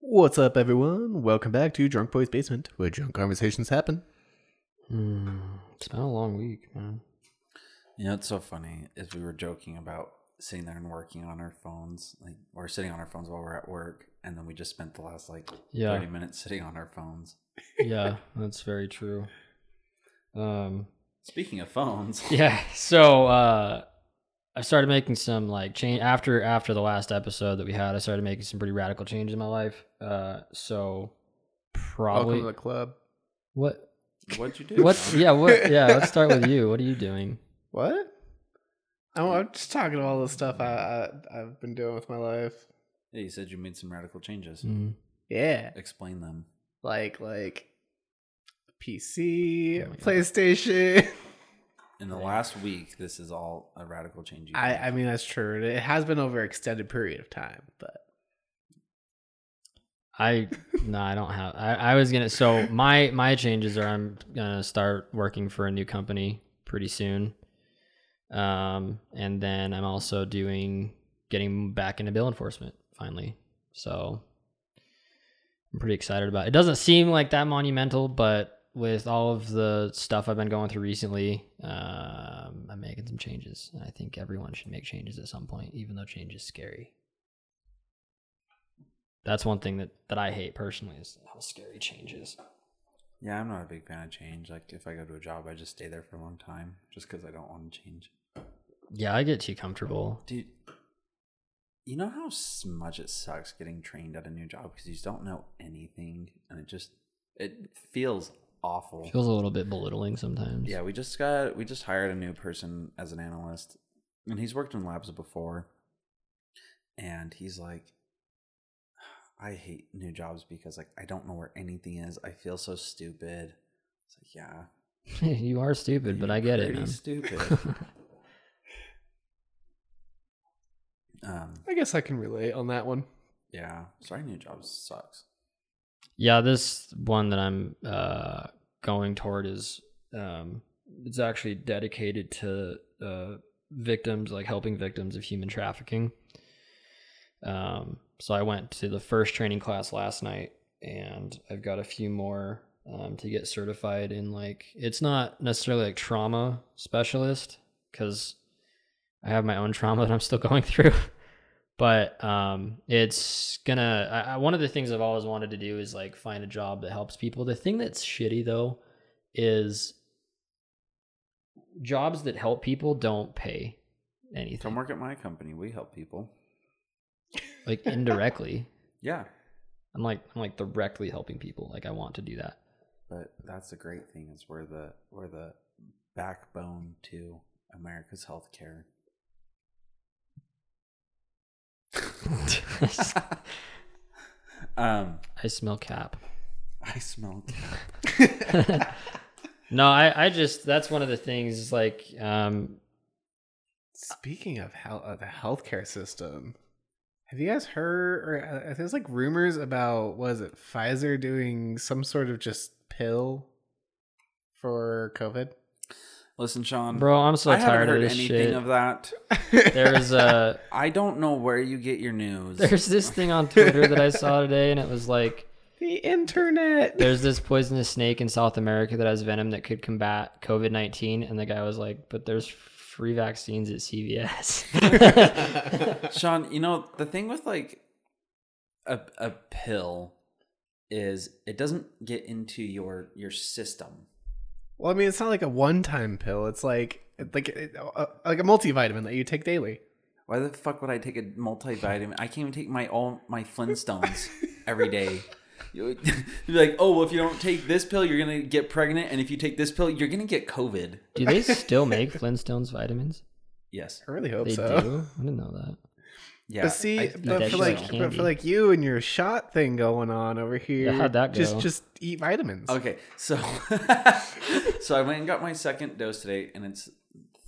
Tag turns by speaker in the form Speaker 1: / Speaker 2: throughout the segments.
Speaker 1: What's up, everyone? Welcome back to Drunk Boy's Basement, where drunk conversations happen.
Speaker 2: Mm, It's been a long week, man.
Speaker 3: You know, it's so funny is we were joking about sitting there and working on our phones, like or sitting on our phones while we're at work, and then we just spent the last like
Speaker 2: Yeah.
Speaker 3: thirty minutes sitting on our phones.
Speaker 2: Yeah, that's very true. Um,
Speaker 3: Speaking of phones,
Speaker 2: yeah. So uh, I started making some like change after after the last episode that we had. I started making some pretty radical changes in my life. Uh, so
Speaker 1: Welcome
Speaker 2: probably
Speaker 1: to the club.
Speaker 2: what
Speaker 3: what'd you do?
Speaker 2: what's yeah what yeah. Let's start with you. What are you doing?
Speaker 1: What? Oh, I'm just talking about all the stuff I, I I've been doing with my life.
Speaker 3: Yeah, you said you made some radical changes.
Speaker 2: Mm,
Speaker 1: Yeah,
Speaker 3: Explain them.
Speaker 1: like like PC,
Speaker 2: Oh my God.
Speaker 1: PlayStation.
Speaker 3: In the last week, this is all a radical change. you
Speaker 1: I
Speaker 3: made.
Speaker 1: I mean that's true. It has been over an extended period of time, but
Speaker 2: I no, I don't have. I, I was gonna. So my my changes are I'm gonna start working for a new company pretty soon, um, and then I'm also doing getting back into bill enforcement finally. So I'm pretty excited about. It. it doesn't seem like that monumental, but with all of the stuff I've been going through recently, um, I'm making some changes. And I think everyone should make changes at some point, even though change is scary. That's one thing that, that I hate personally is how scary change is.
Speaker 3: yeah, I'm not a big fan of change. Like if I go to a job, I just stay there for a long time just because I don't want to change.
Speaker 2: Yeah, I get too comfortable.
Speaker 3: Dude, you know how s- much it sucks getting trained at a new job because you just don't know anything, and it just it feels awful.
Speaker 2: Feels a little bit belittling sometimes.
Speaker 3: yeah, we just got we just hired a new person as an analyst, and he's worked in labs before, and he's like, I hate new jobs because like I don't know where anything is. I feel so stupid. It's like yeah,
Speaker 2: you are stupid, but I get it.
Speaker 3: pretty
Speaker 2: man.
Speaker 3: Stupid. um,
Speaker 1: I guess I can relate on that one.
Speaker 3: yeah, starting new jobs sucks.
Speaker 2: yeah, this one that I'm uh, going toward is um, it's actually dedicated to uh, victims, like helping victims of human trafficking. Um, so I went to the first training class last night, and I've got a few more um, to get certified in. Like, it's not necessarily like trauma specialist because I have my own trauma that I'm still going through. but um, it's gonna. I, I, one of the things I've always wanted to do is like find a job that helps people. The thing that's shitty though is jobs that help people don't pay anything.
Speaker 3: Come work at my company. We help people.
Speaker 2: like indirectly.
Speaker 3: Yeah,
Speaker 2: I'm like I'm like directly helping people. Like I want to do that.
Speaker 3: but that's the great thing is we're the we're the backbone to America's healthcare. um,
Speaker 2: I smell cap.
Speaker 3: I smell.
Speaker 2: no, I I just that's one of the things is like um
Speaker 1: Speaking of hel- uh, the healthcare system, have you guys heard or uh, uh, there's like rumors about was it Pfizer doing some sort of just pill for COVID?
Speaker 3: Listen, Sean,
Speaker 2: bro, I'm so
Speaker 3: Um, I haven't
Speaker 2: tired of
Speaker 3: heard
Speaker 2: this
Speaker 3: anything
Speaker 2: shit.
Speaker 3: of that.
Speaker 2: there's uh
Speaker 3: I don't know where you get your news.
Speaker 2: there's this thing on Twitter that I saw today and it was like
Speaker 1: The internet.
Speaker 2: there's this poisonous snake in South America that has venom that could combat COVID 19. And the guy was like, but there's free vaccines at CVS.
Speaker 3: Sean, you know, the thing with like a a pill is it doesn't get into your your system.
Speaker 1: Well, I mean, it's not like a one-time pill. It's like it's like it- uh, like a multivitamin that you take daily.
Speaker 3: Why the fuck would I take a multivitamin? I can't even take my own my Flintstones every day. You- You're like, oh, well, if you don't take this pill, you're gonna get pregnant, and if you take this pill, you're gonna get COVID.
Speaker 2: do they still make Flintstones vitamins?
Speaker 3: Yes.
Speaker 1: I really hope
Speaker 2: They
Speaker 1: so.
Speaker 2: do? I didn't know that.
Speaker 3: Yeah.
Speaker 1: But see,
Speaker 3: I-
Speaker 1: but
Speaker 2: that's
Speaker 1: for
Speaker 2: just
Speaker 1: like,
Speaker 2: like
Speaker 1: but
Speaker 2: candy.
Speaker 1: for like you and your shot thing going on over here,
Speaker 2: how'd that
Speaker 1: just
Speaker 2: go?
Speaker 1: just eat vitamins.
Speaker 3: Okay, so so I went and got my second dose today, and it's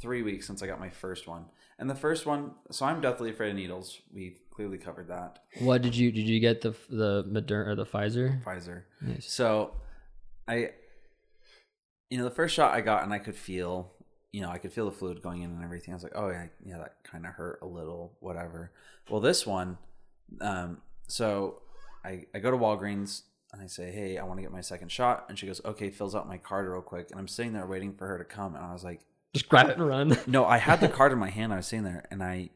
Speaker 3: three weeks since I got my first one. And the first one, so I'm deathly afraid of needles. We've clearly covered that.
Speaker 2: What did you did you get the the Moderna or the Pfizer?
Speaker 3: Pfizer.
Speaker 2: Nice.
Speaker 3: So I, you know, the first shot I got, and I could feel, you know, I could feel the fluid going in and everything. I was like, oh yeah, yeah, that kind of hurt a little, whatever. Well, this one, um, so I, I go to Walgreens and I say, Hey, I want to get my second shot. And she goes, Okay, fills out my card real quick. And I'm sitting there waiting for her to come. And I was like,
Speaker 2: Just grab it and run.
Speaker 3: No, I had the card in my hand. I was sitting there and I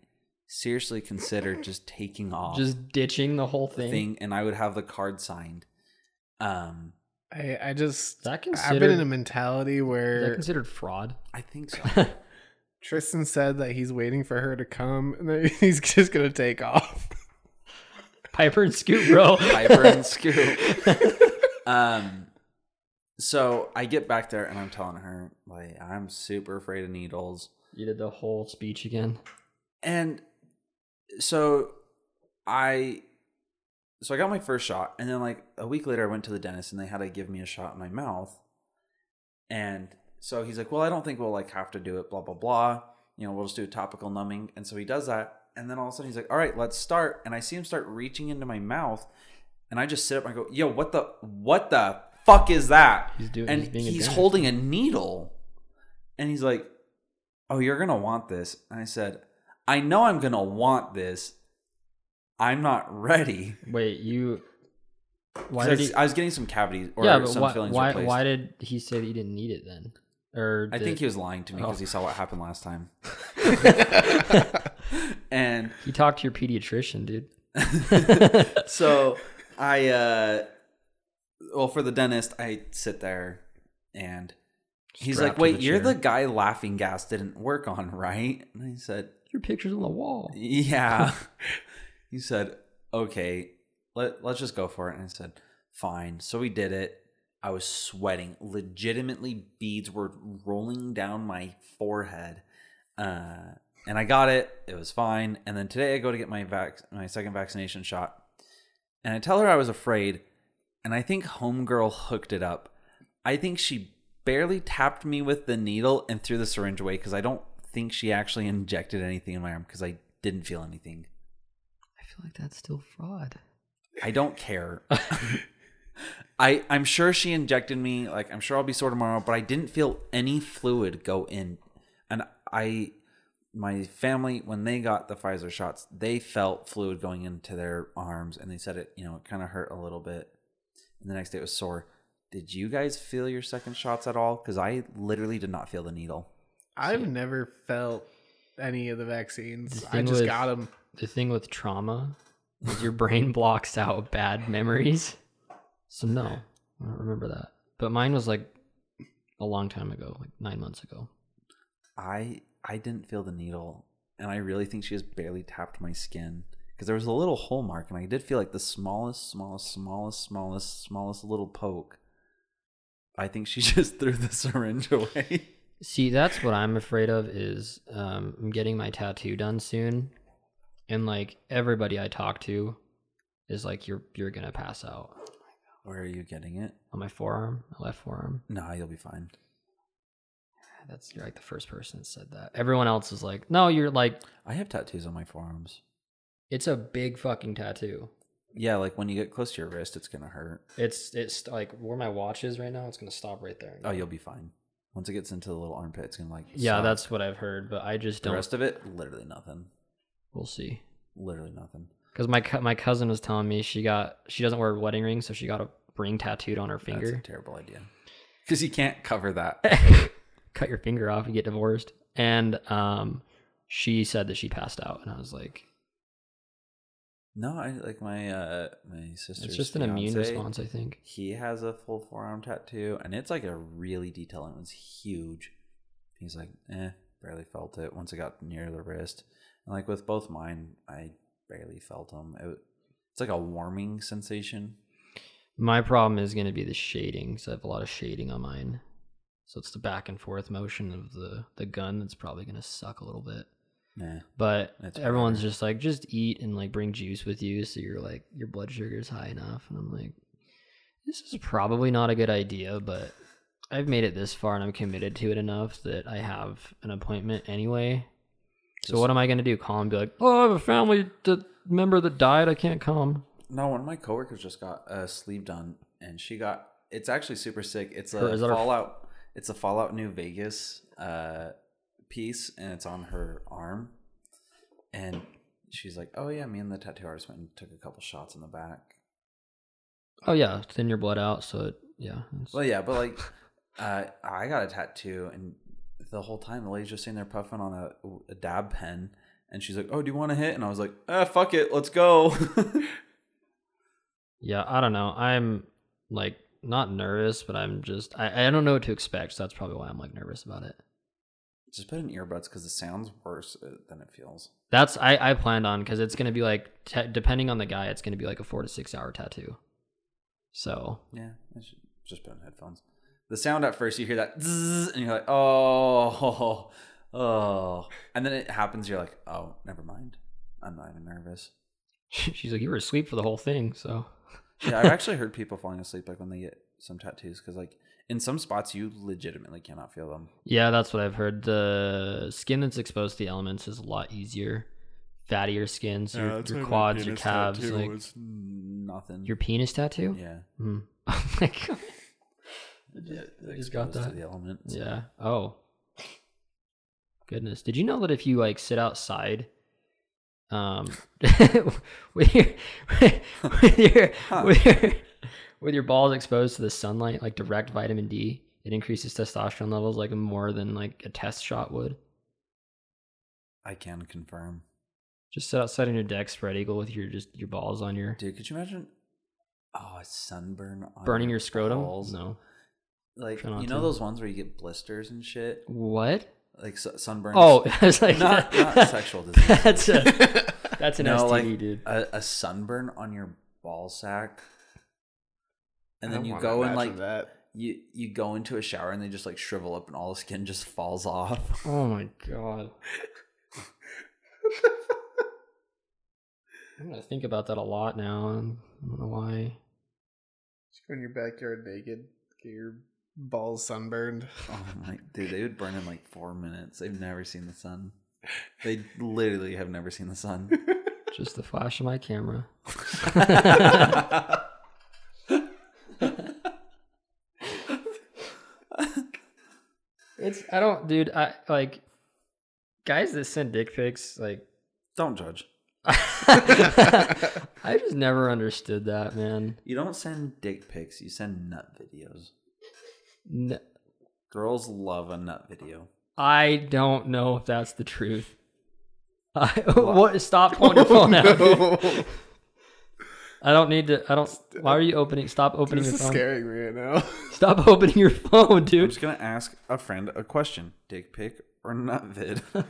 Speaker 3: seriously considered just taking off
Speaker 2: Just ditching the whole
Speaker 3: the
Speaker 2: thing.
Speaker 3: thing and I would have the card signed. Um,
Speaker 1: I, I just
Speaker 2: Is
Speaker 1: I've
Speaker 2: that
Speaker 1: been in a
Speaker 2: considered-
Speaker 1: mentality
Speaker 2: Is that
Speaker 1: where
Speaker 2: considered fraud?
Speaker 3: I think so.
Speaker 1: Tristan said that he's waiting for her to come and then he's just gonna take off.
Speaker 2: Piper and Scoot, bro.
Speaker 3: Piper and Scoop. um, so I get back there and I'm telling her like I'm super afraid of needles,
Speaker 2: you did the whole speech again.
Speaker 3: and so I, so I got my first shot, and then like a week later I went to the dentist and they had to give me a shot in my mouth, and so he's like, well I don't think we'll like have to do it, blah blah blah, you know we'll just do topical numbing, and so he does that. And then all of a sudden he's like, "All right, let's start." And I see him start reaching into my mouth, and I just sit up and I go, "Yo, what the what the fuck is that?"
Speaker 2: He's doing.
Speaker 3: and
Speaker 2: he's being
Speaker 3: he's,
Speaker 2: a dentist.
Speaker 3: holding a needle and he's like oh you're gonna want this and i said i know i'm gonna want this i'm not ready
Speaker 2: Wait, you.
Speaker 3: 'Cause
Speaker 2: Why
Speaker 3: I,
Speaker 2: did
Speaker 3: was,
Speaker 2: he?
Speaker 3: I was getting some cavities or
Speaker 2: yeah, but
Speaker 3: some
Speaker 2: why?
Speaker 3: fillings
Speaker 2: Why,
Speaker 3: replaced.
Speaker 2: why did he say that you didn't need it then? Or
Speaker 3: i
Speaker 2: did-
Speaker 3: think he was lying to me because
Speaker 2: Oh.
Speaker 3: he saw what happened last time and
Speaker 2: he talked to your pediatrician, dude.
Speaker 3: so I uh well for the dentist I sit there and he's
Speaker 2: Strapped
Speaker 3: like,
Speaker 2: to
Speaker 3: "Wait,
Speaker 2: the
Speaker 3: you're
Speaker 2: chair.
Speaker 3: the guy laughing gas didn't work on, right?" And I said,
Speaker 2: Your picture's on the wall.
Speaker 3: "Yeah." he said, "Okay, let let's just go for it." And I said, "Fine." So we did it. I was sweating. Legitimately beads were rolling down my forehead. Uh and I got it. It was fine. And then today I go to get my vac- my second vaccination shot. And I tell her I was afraid, and I think homegirl hooked it up. I think she barely tapped me with the needle and threw the syringe away because I don't think she actually injected anything in my arm because I didn't feel anything.
Speaker 2: I feel like that's still fraud.
Speaker 3: I don't care. I I'm sure she injected me. Like I'm sure I'll be sore tomorrow, but I didn't feel any fluid go in. And I my family when they got the Pfizer shots, they felt fluid going into their arms and they said it, you know, it kind of hurt a little bit. And the next day it was sore. Did you guys feel your second shots at all? Cuz I literally did not feel the needle.
Speaker 1: I've never felt any of the vaccines.
Speaker 2: The
Speaker 1: I
Speaker 2: thing
Speaker 1: just
Speaker 2: with-
Speaker 1: got 'em. got them.
Speaker 2: The thing with trauma is your brain blocks out bad memories. So no, I don't remember that. But mine was like a long time ago, like nine months ago.
Speaker 3: I I didn't feel the needle, and I really think she just barely tapped my skin because there was a little hole mark, and I did feel like the smallest, smallest, smallest, smallest, smallest little poke. I think she just threw the syringe away.
Speaker 2: See, that's what I'm afraid of is um, I'm getting my tattoo done soon, and like everybody I talk to is like, "You're you're gonna pass out
Speaker 3: Where are you getting it?
Speaker 2: on my forearm, my left forearm."
Speaker 3: Nah, you'll be fine.
Speaker 2: That's you're like the first person that said that. Everyone else is like, "No, you're like
Speaker 3: I have tattoos on my forearms.
Speaker 2: it's a big fucking tattoo."
Speaker 3: Yeah, like when you get close to your wrist, it's gonna hurt.
Speaker 2: It's it's like where my watch is right now. It's gonna stop right there.
Speaker 3: Oh, you'll be fine. Once it gets into the little armpit, it's gonna like
Speaker 2: yeah,
Speaker 3: suck.
Speaker 2: that's what I've heard, but I just
Speaker 3: the
Speaker 2: don't.
Speaker 3: rest of it. Literally nothing.
Speaker 2: We'll see.
Speaker 3: Literally nothing.
Speaker 2: Because my cou- my cousin was telling me she got she doesn't wear wedding rings, so she got a ring tattooed on her
Speaker 3: That's a
Speaker 2: finger.
Speaker 3: terrible idea. Because you can't cover that.
Speaker 2: Cut your finger off, you get divorced. And um, she said that she passed out, and I was like,
Speaker 3: No, I like my uh my sister's.
Speaker 2: it's just an immune
Speaker 3: fiance,
Speaker 2: response, I think.
Speaker 3: He has a full forearm tattoo, and it's like a really detailed one. It's huge. He's like, eh, barely felt it once it got near the wrist. And like with both mine, I barely felt them. It, wa- it's like a warming sensation.
Speaker 2: My problem is gonna be the shading, because I have a lot of shading on mine. So it's the back and forth motion of the the gun that's probably gonna suck a little bit.
Speaker 3: Nah.
Speaker 2: But
Speaker 3: That's
Speaker 2: everyone's
Speaker 3: better.
Speaker 2: just like, just eat and like bring juice with you, so you're like your blood sugar is high enough. And I'm like, this is probably not a good idea, but I've made it this far and I'm committed to it enough that I have an appointment anyway. So
Speaker 3: Just-
Speaker 2: what am I gonna do? Call and be like, oh, I have a family that member that died. I can't come.
Speaker 3: No, one of my coworkers just got a sleeve done, and she got. It's actually super sick. It's
Speaker 2: Her-
Speaker 3: a
Speaker 2: is that her-
Speaker 3: Fallout. It's a Fallout New Vegas uh, piece, and it's on her arm. And she's like, "Oh yeah, me and the tattoo artist went and took a couple shots in the back."
Speaker 2: Oh yeah, thin your blood out. So it, yeah, it's-
Speaker 3: Well, yeah, but like, uh, I got a tattoo, and the whole time the lady's just sitting there puffing on a, a dab pen, and she's like, "Oh, do you want to hit?" And I was like, "Ah, fuck it, let's go."
Speaker 2: yeah. I don't know. I'm like not nervous, but I'm just I, I don't know what to expect. So that's probably why I'm like nervous about it.
Speaker 3: just put in earbuds because it sounds worse uh, than it feels.
Speaker 2: That's I I planned on because it's gonna be like te- depending on the guy, it's gonna be like a four to six hour tattoo. So
Speaker 3: Yeah, I should just put in headphones. The sound at first, you hear that, zzz, and you're like, "Oh, oh," and then it happens. You're like, "Oh, never mind. I'm not even nervous."
Speaker 2: she's like, you were asleep for the whole thing. So
Speaker 3: yeah, I've actually heard people falling asleep like when they get some tattoos because like in some spots you legitimately cannot feel them.
Speaker 2: Yeah, that's what I've heard. The skin that's exposed to the elements is a lot easier. Fattier skin, so your, your quads, your calves, like
Speaker 3: Nothing.
Speaker 2: your penis tattoo.
Speaker 3: yeah,
Speaker 2: Hmm. Oh my god. I just got
Speaker 3: exposed to
Speaker 2: that.
Speaker 3: the elements.
Speaker 2: Yeah. Oh. Goodness. Did you know that if you like sit outside, um, with your with your,
Speaker 3: Huh.
Speaker 2: with your with your balls exposed to the sunlight, like direct vitamin D, it increases testosterone levels like more than like a test shot would.
Speaker 3: I can confirm,
Speaker 2: Just sit outside on your deck, spread eagle, with your just your balls on your
Speaker 3: dude. Could you imagine? Oh, a sunburn. On
Speaker 2: burning your scrotum.
Speaker 3: balls.
Speaker 2: No.
Speaker 3: Like
Speaker 2: Try not
Speaker 3: you know
Speaker 2: to.
Speaker 3: those ones where you get blisters and shit,
Speaker 2: What?
Speaker 3: like su- sunburns.
Speaker 2: Oh, I was like,
Speaker 3: Not- not sexual disease.
Speaker 2: That's a, that's an
Speaker 3: No,
Speaker 2: STD,
Speaker 3: like-
Speaker 2: dude.
Speaker 3: a, a sunburn on your ball sack, and
Speaker 1: I
Speaker 3: then
Speaker 1: don't
Speaker 3: you
Speaker 1: wanna
Speaker 3: go and
Speaker 1: imagine
Speaker 3: like
Speaker 1: that.
Speaker 3: you you go into a shower and they just like shrivel up and all the skin just falls off.
Speaker 2: Oh my god. I'm gonna think about that a lot now. and I don't know why.
Speaker 1: Just go in your backyard naked, get your balls sunburned.
Speaker 3: Oh my dude, they would burn in like four minutes. They've never seen the sun. They literally have never seen the sun.
Speaker 2: Just the flash of my camera. It's I don't, dude. I like guys that send dick pics. Like
Speaker 3: don't judge.
Speaker 2: I just never understood that, man.
Speaker 3: You don't send dick pics, you send nut videos.
Speaker 2: N-
Speaker 3: Girls love a nut video.
Speaker 2: I don't know if that's the truth. I,
Speaker 3: What?
Speaker 2: what? Stop pulling your phone out. dude.
Speaker 1: Oh No.
Speaker 2: I don't need to. I don't. Why are you opening? Stop opening
Speaker 1: This
Speaker 2: your
Speaker 1: is
Speaker 2: phone.
Speaker 1: scaring me right now.
Speaker 2: Stop opening your phone,
Speaker 3: I'm
Speaker 2: dude.
Speaker 3: just gonna ask a friend a question. Dick pic or nut vid?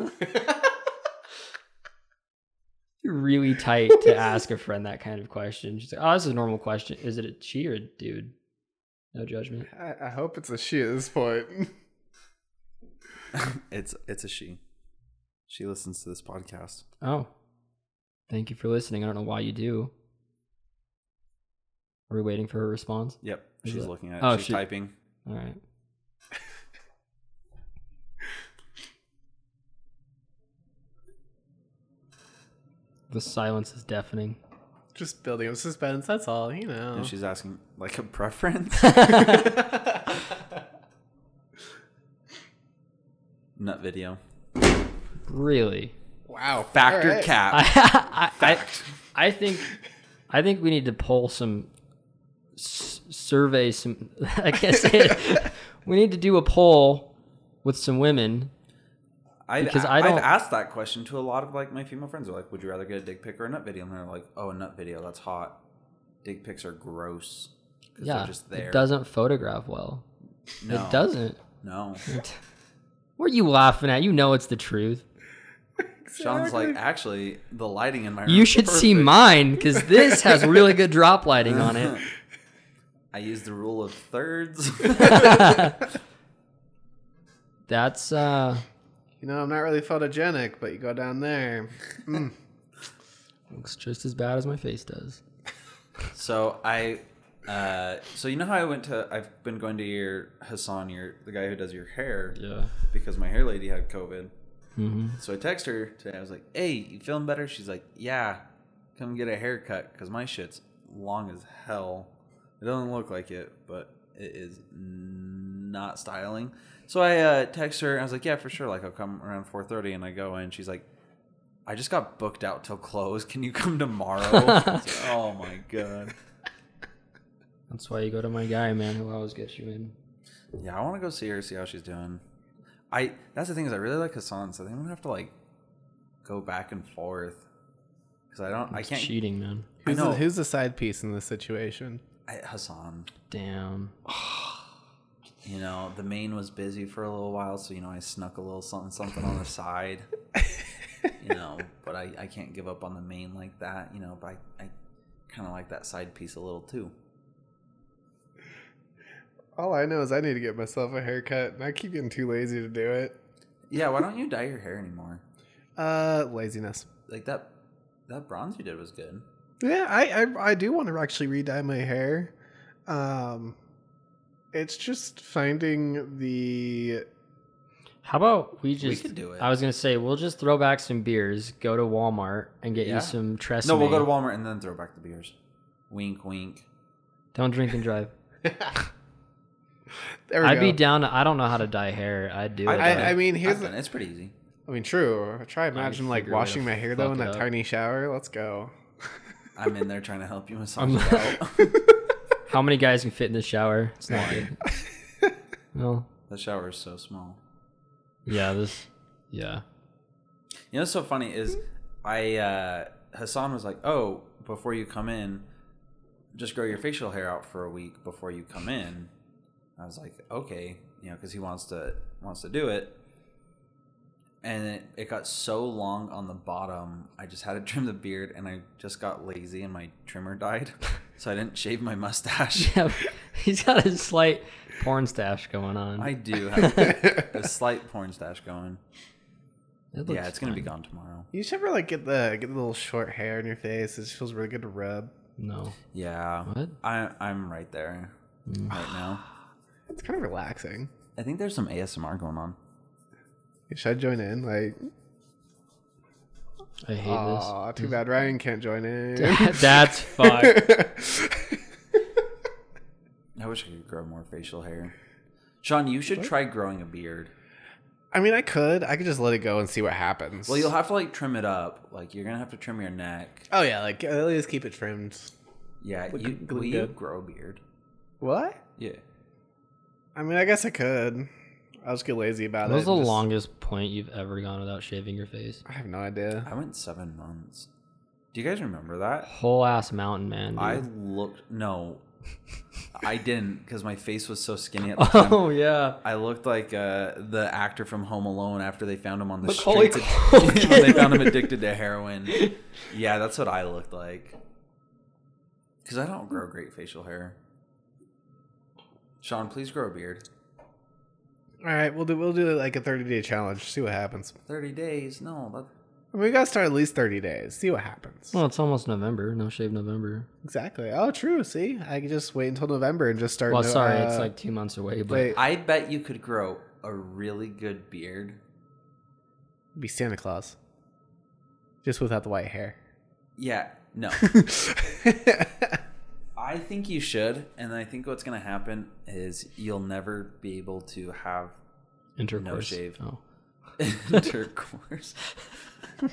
Speaker 2: You're really tight to ask a friend that kind of question. She's like, "Oh, this is a normal question. Is it a she or a dude?" No judgment.
Speaker 1: I, I hope it's a she at this point.
Speaker 3: it's it's a she. She listens to this podcast.
Speaker 2: Oh, thank you for listening. I don't know why you do. Are we waiting for her response?
Speaker 3: Yep,
Speaker 2: Is
Speaker 3: she's
Speaker 2: it-
Speaker 3: looking at it.
Speaker 2: Oh,
Speaker 3: she's
Speaker 2: she-
Speaker 3: typing.
Speaker 2: All right. the silence is deafening.
Speaker 1: Just building up suspense. That's all, you know.
Speaker 2: oh.
Speaker 3: And she's asking like a preference. Nut video.
Speaker 2: Really?
Speaker 1: wow.
Speaker 3: Factor
Speaker 1: all right.
Speaker 3: cap.
Speaker 2: I, I, I, I think I think we need to poll some s- survey some I can't say it. we need to do a poll with some women.
Speaker 3: I've,
Speaker 2: Because I
Speaker 3: I have
Speaker 2: don't-
Speaker 3: asked that question to a lot of like my female friends. They're like, "Would you rather get a dick pic or a nut video?" And they're like, "Oh, a nut video. That's hot. Dick pics are gross. 'cause
Speaker 2: Yeah.
Speaker 3: they're just there. Oh.
Speaker 2: It doesn't photograph well.
Speaker 3: No,
Speaker 2: It doesn't.
Speaker 3: No.
Speaker 2: What are you laughing at? You know it's the truth.
Speaker 3: Sean's like, actually, the lighting in my room.
Speaker 2: You should see mine because this has really good drop lighting on it.
Speaker 3: I use the rule of thirds.
Speaker 2: That's uh,
Speaker 1: You know, I'm not really photogenic, but you go down there.
Speaker 2: looks just as bad as my face does.
Speaker 3: so I, uh, so you know how I went to? I've been going to your Hassan, your the guy who does your hair.
Speaker 2: Yeah.
Speaker 3: because my hair lady had COVID.
Speaker 2: Mm-hmm.
Speaker 3: So I text her today. I was like, "Hey, you feeling better?" She's like, "Yeah, come get a haircut because my shit's long as hell. It doesn't look like it, but it is not styling." So I uh, text her. I was like, "Yeah, for sure. Like, I'll come around 4:30." And I go in. She's like, "I just got booked out till close. Can you come tomorrow?" I was like, oh my god.
Speaker 2: That's why you go to my guy, man, who always gets you in.
Speaker 3: Yeah, I want to go see her, see how she's doing. I that's the thing is I really like Hassan, so they don't have to like go back and forth because I don't I
Speaker 2: It's
Speaker 3: can't
Speaker 2: cheating, man.
Speaker 3: I
Speaker 1: Who's,
Speaker 3: know.
Speaker 1: The, who's the side piece in this situation?
Speaker 3: I, Hassan.
Speaker 2: Damn.
Speaker 3: You know the main was busy for a little while, so you know I snuck a little something something on the side. You know, but I I can't give up on the main like that. You know, but I, I kind of like that side piece a little too.
Speaker 1: All I know is I need to get myself a haircut, and I keep getting too lazy to do it.
Speaker 3: Yeah, why don't you dye your hair anymore?
Speaker 1: Uh, laziness.
Speaker 3: Like that that bronze you did was good.
Speaker 1: Yeah, I I, I do want to actually re-dye my hair. Um, it's just finding the
Speaker 2: How about we
Speaker 3: We
Speaker 2: just?
Speaker 3: could do it.
Speaker 2: I was gonna say we'll just throw back some beers, go to Walmart, and get
Speaker 3: Yeah.
Speaker 2: you some Tresemme.
Speaker 3: No, we'll go to Walmart and then throw back the beers. Wink, wink.
Speaker 2: Don't drink and drive.
Speaker 1: there we
Speaker 2: I'd
Speaker 1: go.
Speaker 2: be down. To, I don't know how to dye hair. I'd do it.
Speaker 3: I'd
Speaker 2: but-
Speaker 3: dye
Speaker 1: I, I mean,
Speaker 3: I've
Speaker 1: here's
Speaker 3: done it.
Speaker 1: the,
Speaker 3: It's pretty easy.
Speaker 1: I mean, true. I try imagine like
Speaker 2: figure a way to
Speaker 1: washing my hair though
Speaker 2: fuck
Speaker 1: in
Speaker 2: it
Speaker 1: that
Speaker 2: up.
Speaker 1: tiny shower. Let's go.
Speaker 3: I'm in there trying to help you massage
Speaker 2: I'm-
Speaker 3: it out.
Speaker 2: How many guys can fit in the shower? It's not good. well,
Speaker 3: the shower is so small.
Speaker 2: yeah, this, yeah.
Speaker 3: You know what's so funny is I uh Hassan was like, Oh, before you come in, just grow your facial hair out for a week before you come in. I was like, Okay, you know, because he wants to wants to do it. And it, it got so long on the bottom, I just had to trim the beard and I just got lazy and my trimmer died. So I didn't shave my mustache.
Speaker 2: yeah. He's got a slight porn stash going on.
Speaker 3: I do have a slight porn stash going.
Speaker 2: It looks
Speaker 3: Yeah, it's gonna be
Speaker 2: fine.
Speaker 3: gone tomorrow.
Speaker 1: You should ever like get the get the little short hair in your face. It just feels really good to rub.
Speaker 2: No.
Speaker 3: Yeah.
Speaker 2: What?
Speaker 3: I I'm right there right now.
Speaker 1: It's kind of relaxing.
Speaker 3: I think there's some ASMR going on.
Speaker 1: Should I join in? Like,
Speaker 2: I hate
Speaker 1: oh, too bad Ryan can't join in.
Speaker 2: this. That's fucked.
Speaker 3: I wish I could grow more facial hair. Sean, you should try growing a beard.
Speaker 1: I mean, I could. I could just let it go and see what happens.
Speaker 3: Well, you'll have to like trim it up. Like you're gonna have to trim your neck.
Speaker 1: Oh yeah, like at least keep it trimmed.
Speaker 3: Yeah, you
Speaker 1: look
Speaker 3: will you
Speaker 1: good.
Speaker 3: grow a beard?
Speaker 1: What?
Speaker 3: Yeah.
Speaker 1: I mean, I guess I could. I'll just get lazy about
Speaker 2: That was
Speaker 1: it.
Speaker 2: the
Speaker 1: and just-
Speaker 2: longest point you've ever gone without shaving your face.
Speaker 1: I have no idea.
Speaker 3: I went seven months. Do you guys remember that?
Speaker 2: Whole ass mountain man.
Speaker 3: I
Speaker 2: dude.
Speaker 3: looked no. I didn't because my face was so skinny at the time.
Speaker 2: Oh yeah.
Speaker 3: I looked like uh, the actor from Home Alone after they found him on the
Speaker 2: Macaulay
Speaker 3: streets.
Speaker 2: Culkin.
Speaker 3: when they found him addicted to heroin. Yeah, that's what I looked like. Because I don't grow great facial hair. Sean, please grow a beard.
Speaker 1: All right, we'll do we'll do like a thirty day challenge. See what happens.
Speaker 3: Thirty days? No, that,
Speaker 1: I mean, we gotta start at least thirty days. See what happens.
Speaker 2: Well, it's almost November. No shave November.
Speaker 1: exactly. Oh, true. See, I could just wait until November and just start.
Speaker 2: Well,
Speaker 1: no-
Speaker 2: sorry,
Speaker 1: uh,
Speaker 2: it's like two months away. But
Speaker 1: wait,
Speaker 3: I bet you could grow a really good beard.
Speaker 1: be Santa Claus, just without the white hair.
Speaker 3: Yeah, no. I think you should, and I think what's gonna happen is you'll never be able to have
Speaker 2: intercourse.
Speaker 3: shave.
Speaker 2: Oh.
Speaker 3: intercourse.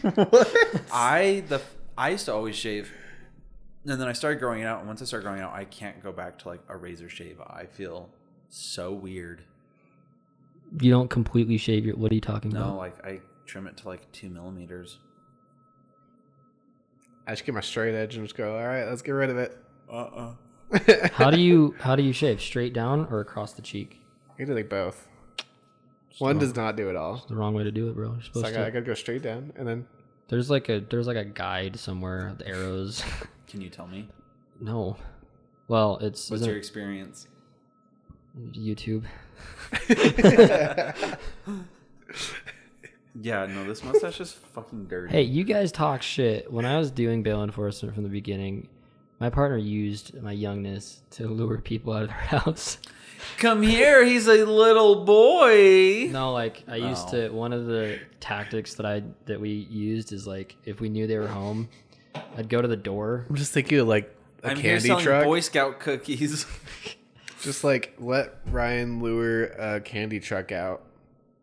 Speaker 3: I the I used to always shave, and then I started growing it out. And once I started growing it out, I can't go back to like a razor shave. I feel so weird.
Speaker 2: You don't completely shave your. What are you talking
Speaker 3: No,
Speaker 1: Mm-hmm.
Speaker 2: about?
Speaker 3: like I trim it to like two millimeters.
Speaker 1: I just get my straight edge and just go. All right, let's get rid of it.
Speaker 3: Uh
Speaker 1: Uh-uh.
Speaker 3: uh
Speaker 2: How do you how do you shave? Straight down or across the cheek?
Speaker 1: I do like both. One does not do it all.
Speaker 2: The wrong way to do it, bro. You're
Speaker 1: So
Speaker 2: supposed
Speaker 1: I gotta, I
Speaker 2: to.
Speaker 1: gotta go straight down and then
Speaker 2: There's like a there's like a guide somewhere. The arrows.
Speaker 3: Can you tell me
Speaker 2: no. Well, it's
Speaker 3: what's
Speaker 2: isn't
Speaker 3: your experience?
Speaker 2: it YouTube.
Speaker 3: Yeah, no, this mustache is fucking dirty.
Speaker 2: Hey, you guys talk shit. When I was doing bail enforcement from the beginning, my partner used my youngness to lure people out of their house.
Speaker 3: Come here, he's a little boy.
Speaker 2: No, like I used
Speaker 3: Oh.
Speaker 2: to one of the tactics that I that we used is like if we knew they were home, I'd go to the door.
Speaker 1: I'm just thinking of like a
Speaker 3: I'm here
Speaker 1: candy
Speaker 3: selling
Speaker 1: truck.
Speaker 3: Boy Scout cookies.
Speaker 1: Just like let Ryan lure a candy truck out.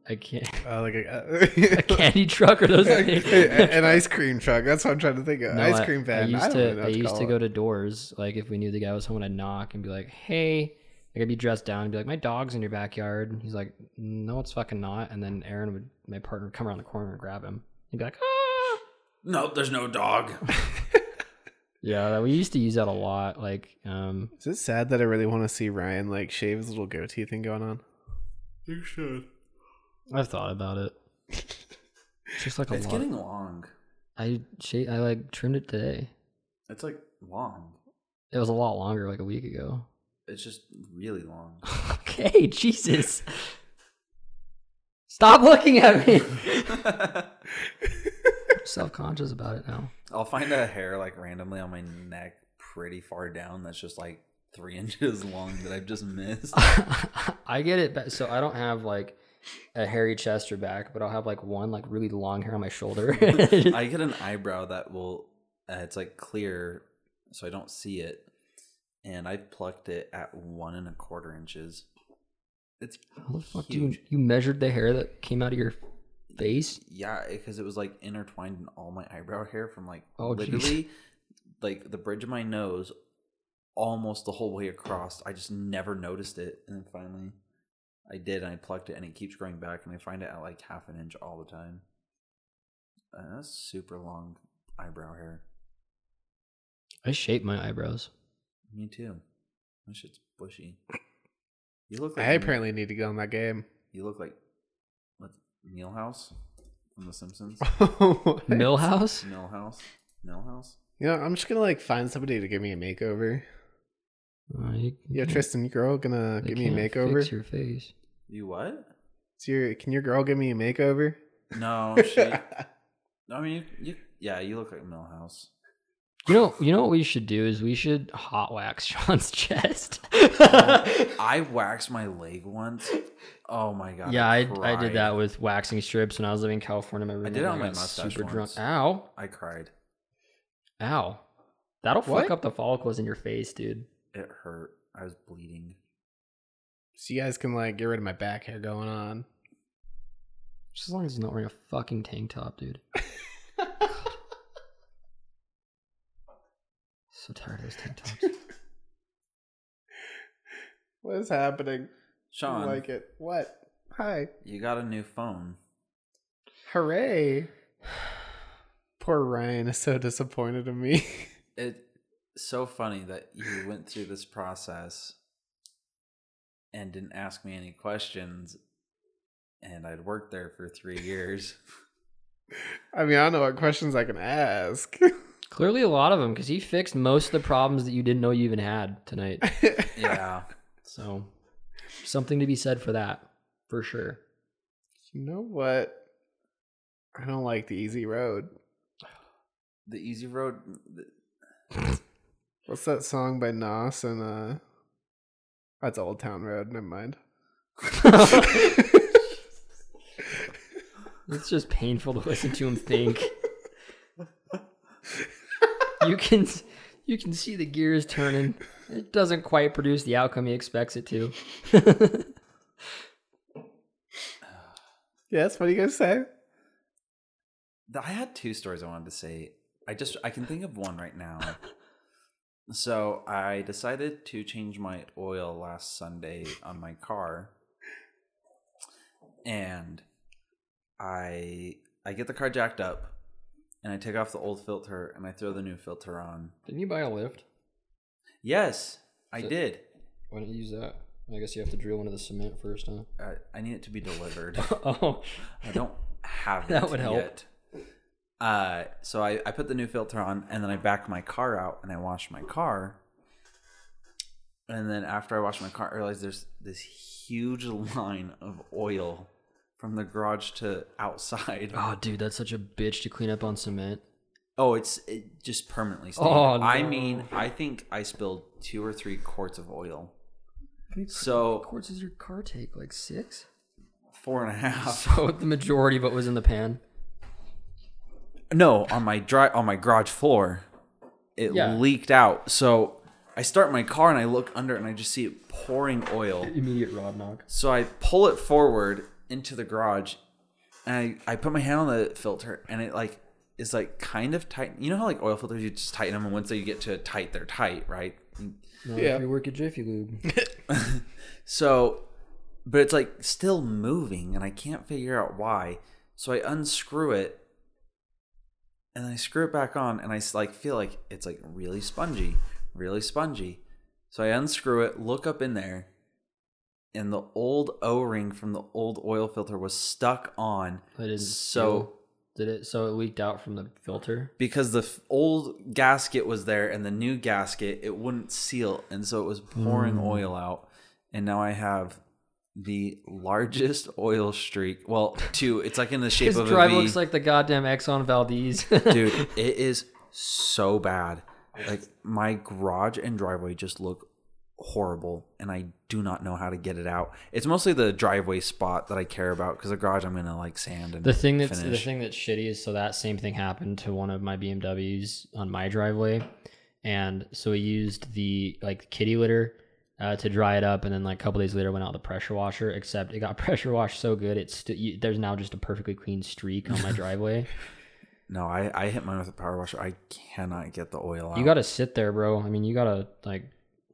Speaker 2: I can't.
Speaker 1: Uh, like a,
Speaker 2: A candy truck or those things.
Speaker 1: an ice cream truck. That's what I'm trying to think of.
Speaker 2: No,
Speaker 1: ice
Speaker 2: I-
Speaker 1: cream
Speaker 2: I
Speaker 1: van.
Speaker 2: used
Speaker 1: I don't
Speaker 2: to.
Speaker 1: know
Speaker 2: I
Speaker 1: what to
Speaker 2: used
Speaker 1: call
Speaker 2: to
Speaker 1: it.
Speaker 2: go to doors. Like if we knew the guy was home, I'd knock and be like, "Hey." Like I'd be dressed down and be like, "My dog's in your backyard." And he's like, "No, it's fucking not." And then Aaron would, my partner, would come around the corner and grab him. He'd be like, "Ah!"
Speaker 3: No, there's no dog.
Speaker 2: Yeah, that- we used to use that a lot. Like, um,
Speaker 1: Is it sad that I really want to see Ryan like shave his little goatee thing going on?
Speaker 3: You should.
Speaker 2: I've thought about it. It's just like a
Speaker 3: It's
Speaker 2: lot.
Speaker 3: getting long.
Speaker 2: I sha- I like trimmed it today.
Speaker 3: It's like long.
Speaker 2: It was a lot longer, like a week ago.
Speaker 3: It's just really long.
Speaker 2: okay, Jesus. Stop looking at me. Self conscious about it now.
Speaker 3: I'll find a hair like randomly on my neck pretty far down that's just like three inches long that I've just missed.
Speaker 2: I get it. But, so I don't have like a hairy chest or back, but I'll have like one like really long hair on my shoulder.
Speaker 3: I get an eyebrow that will, uh, it's like clear, so I don't see it. And I plucked it at one and a quarter inches. It's
Speaker 2: How the fuck do you,
Speaker 3: huge.
Speaker 2: you measured the hair that came out of your face?
Speaker 3: Yeah, because it was like intertwined in all my eyebrow hair from like
Speaker 2: Oh, geez.
Speaker 3: literally like the bridge of my nose almost the whole way across. I just never noticed it. And then finally I did and I plucked it and it keeps growing back and I find it at like half an inch all the time. Uh, that's super long eyebrow hair.
Speaker 2: I shaped my eyebrows.
Speaker 3: Me too. My shit's bushy. You look like
Speaker 1: I apparently need to get on that game.
Speaker 3: you look like what Millhouse from The Simpsons.
Speaker 1: What?
Speaker 2: Millhouse?
Speaker 3: Millhouse? Millhouse?
Speaker 1: You know, I'm just gonna like find somebody to give me a makeover.
Speaker 2: Uh, you-
Speaker 1: Yeah,
Speaker 2: you
Speaker 1: Tristan, your girl gonna
Speaker 2: They
Speaker 1: give me a
Speaker 2: can't
Speaker 1: makeover.
Speaker 2: Fix your face.
Speaker 3: You what?
Speaker 1: Is your, can your girl give me a makeover? Oh,
Speaker 3: No, she. I mean, you, you, yeah, you look like Millhouse.
Speaker 2: You know, you know what we should do is we should hot wax Sean's chest.
Speaker 3: Oh I waxed my leg once. Oh my god.
Speaker 2: yeah, I, I
Speaker 3: cried.
Speaker 2: did that with waxing strips when I was living in California. My roommate
Speaker 3: did it on
Speaker 2: and
Speaker 3: my
Speaker 2: got
Speaker 3: mustache
Speaker 2: Super
Speaker 3: once.
Speaker 2: drunk. Ow,
Speaker 3: I cried.
Speaker 2: ow. That'll
Speaker 1: What?
Speaker 2: fuck up the follicles in your face, dude.
Speaker 3: It hurt. I was bleeding.
Speaker 1: so you guys can like get rid of my back hair going on.
Speaker 2: Just as long as he's not wearing a fucking tank top, dude. so tired of those tank tops.
Speaker 1: What is happening? I
Speaker 3: Sean,
Speaker 1: don't like it. What? Hi.
Speaker 3: you got a new phone.
Speaker 1: Hooray. Poor Ryan is so disappointed in me.
Speaker 3: It's so funny that you went through this process and didn't ask me any questions. And I'd worked there for three years.
Speaker 1: I mean, I don't know what questions I can ask.
Speaker 2: Clearly, a lot of them because he fixed most of the problems that you didn't know you even had tonight.
Speaker 3: yeah.
Speaker 2: So, something to be said for that, for sure.
Speaker 1: You know what? I don't like the easy road.
Speaker 3: The easy road.
Speaker 1: What's that song by Nas and uh That's Old Town Road, never mind.
Speaker 2: It's just painful to listen to him think. you can you can see the gears turning. It doesn't quite produce the outcome he expects it to.
Speaker 1: yes, what do you guys say?
Speaker 3: Th- I had two stories I wanted to say. I just I can think of one right now. so I decided to change my oil last Sunday on my car, and I I get the car jacked up, and I take off the old filter and I throw the new filter on.
Speaker 2: Didn't you buy a lift?
Speaker 3: Yes, I
Speaker 2: So-
Speaker 3: did.
Speaker 2: Why don't you use that? I guess you have to drill into the cement first, huh?
Speaker 3: Uh, I need it to be delivered.
Speaker 2: oh,
Speaker 3: I don't have
Speaker 2: That
Speaker 3: it
Speaker 2: would help.
Speaker 3: yet. Uh, so I, I put the new filter on and then I back my car out and I wash my car. And then after I wash my car, I realize there's this huge line of oil from the garage to outside.
Speaker 2: oh, dude, that's such a bitch to clean up on cement.
Speaker 3: Oh, it's it just permanently stained.
Speaker 2: Oh,
Speaker 3: I
Speaker 2: no.
Speaker 3: mean, I think I spilled two or three quarts of oil. So
Speaker 2: quarts does your car take? Like six?
Speaker 3: four and a half.
Speaker 2: So the majority of what was in the pan.
Speaker 3: No, on my dry on my garage floor, it
Speaker 2: Yeah.
Speaker 3: leaked out. So I start my car and I look under it and I just see it pouring oil.
Speaker 2: Immediate rod knock.
Speaker 3: So I pull it forward into the garage, and I I put my hand on the filter, and it like is like kind of tight. You know how like oil filters, you just tighten them, and once they get to tight, they're tight, right?
Speaker 2: No,
Speaker 1: Yeah.
Speaker 2: If you work at Jiffy Lube.
Speaker 3: So, but it's like still moving, and I can't figure out why. So I unscrew it, and I screw it back on, and I s- like feel like it's like really spongy, really spongy. So I unscrew it, look up in there, and the old O ring from the old oil filter was stuck on.
Speaker 2: That is
Speaker 3: So
Speaker 2: Did it? So it leaked out from the filter.
Speaker 3: because the f- old gasket was there and the new gasket it wouldn't seal and so it was pouring
Speaker 2: Mm.
Speaker 3: oil out and now i have the largest oil streak well two it's like in the shape
Speaker 2: His
Speaker 3: of a
Speaker 2: drive
Speaker 3: v
Speaker 2: looks like the goddamn Exxon Valdez.
Speaker 3: dude it is so bad like my garage and driveway just look horrible and i do not know how to get it out it's mostly the driveway spot that i care about because the garage i'm gonna like sand and
Speaker 2: The thing that's
Speaker 3: finish.
Speaker 2: the thing that's shitty is so that same thing happened to one of my BMWs on my driveway, and so we used the like kitty litter uh, to dry it up, and then like a couple days later went out the pressure washer. Except it got pressure washed so good, it's st- you, there's now just a perfectly clean streak on my driveway.
Speaker 3: no i i hit mine with a power washer i cannot get the oil out
Speaker 2: you gotta sit there, bro. I mean, you gotta like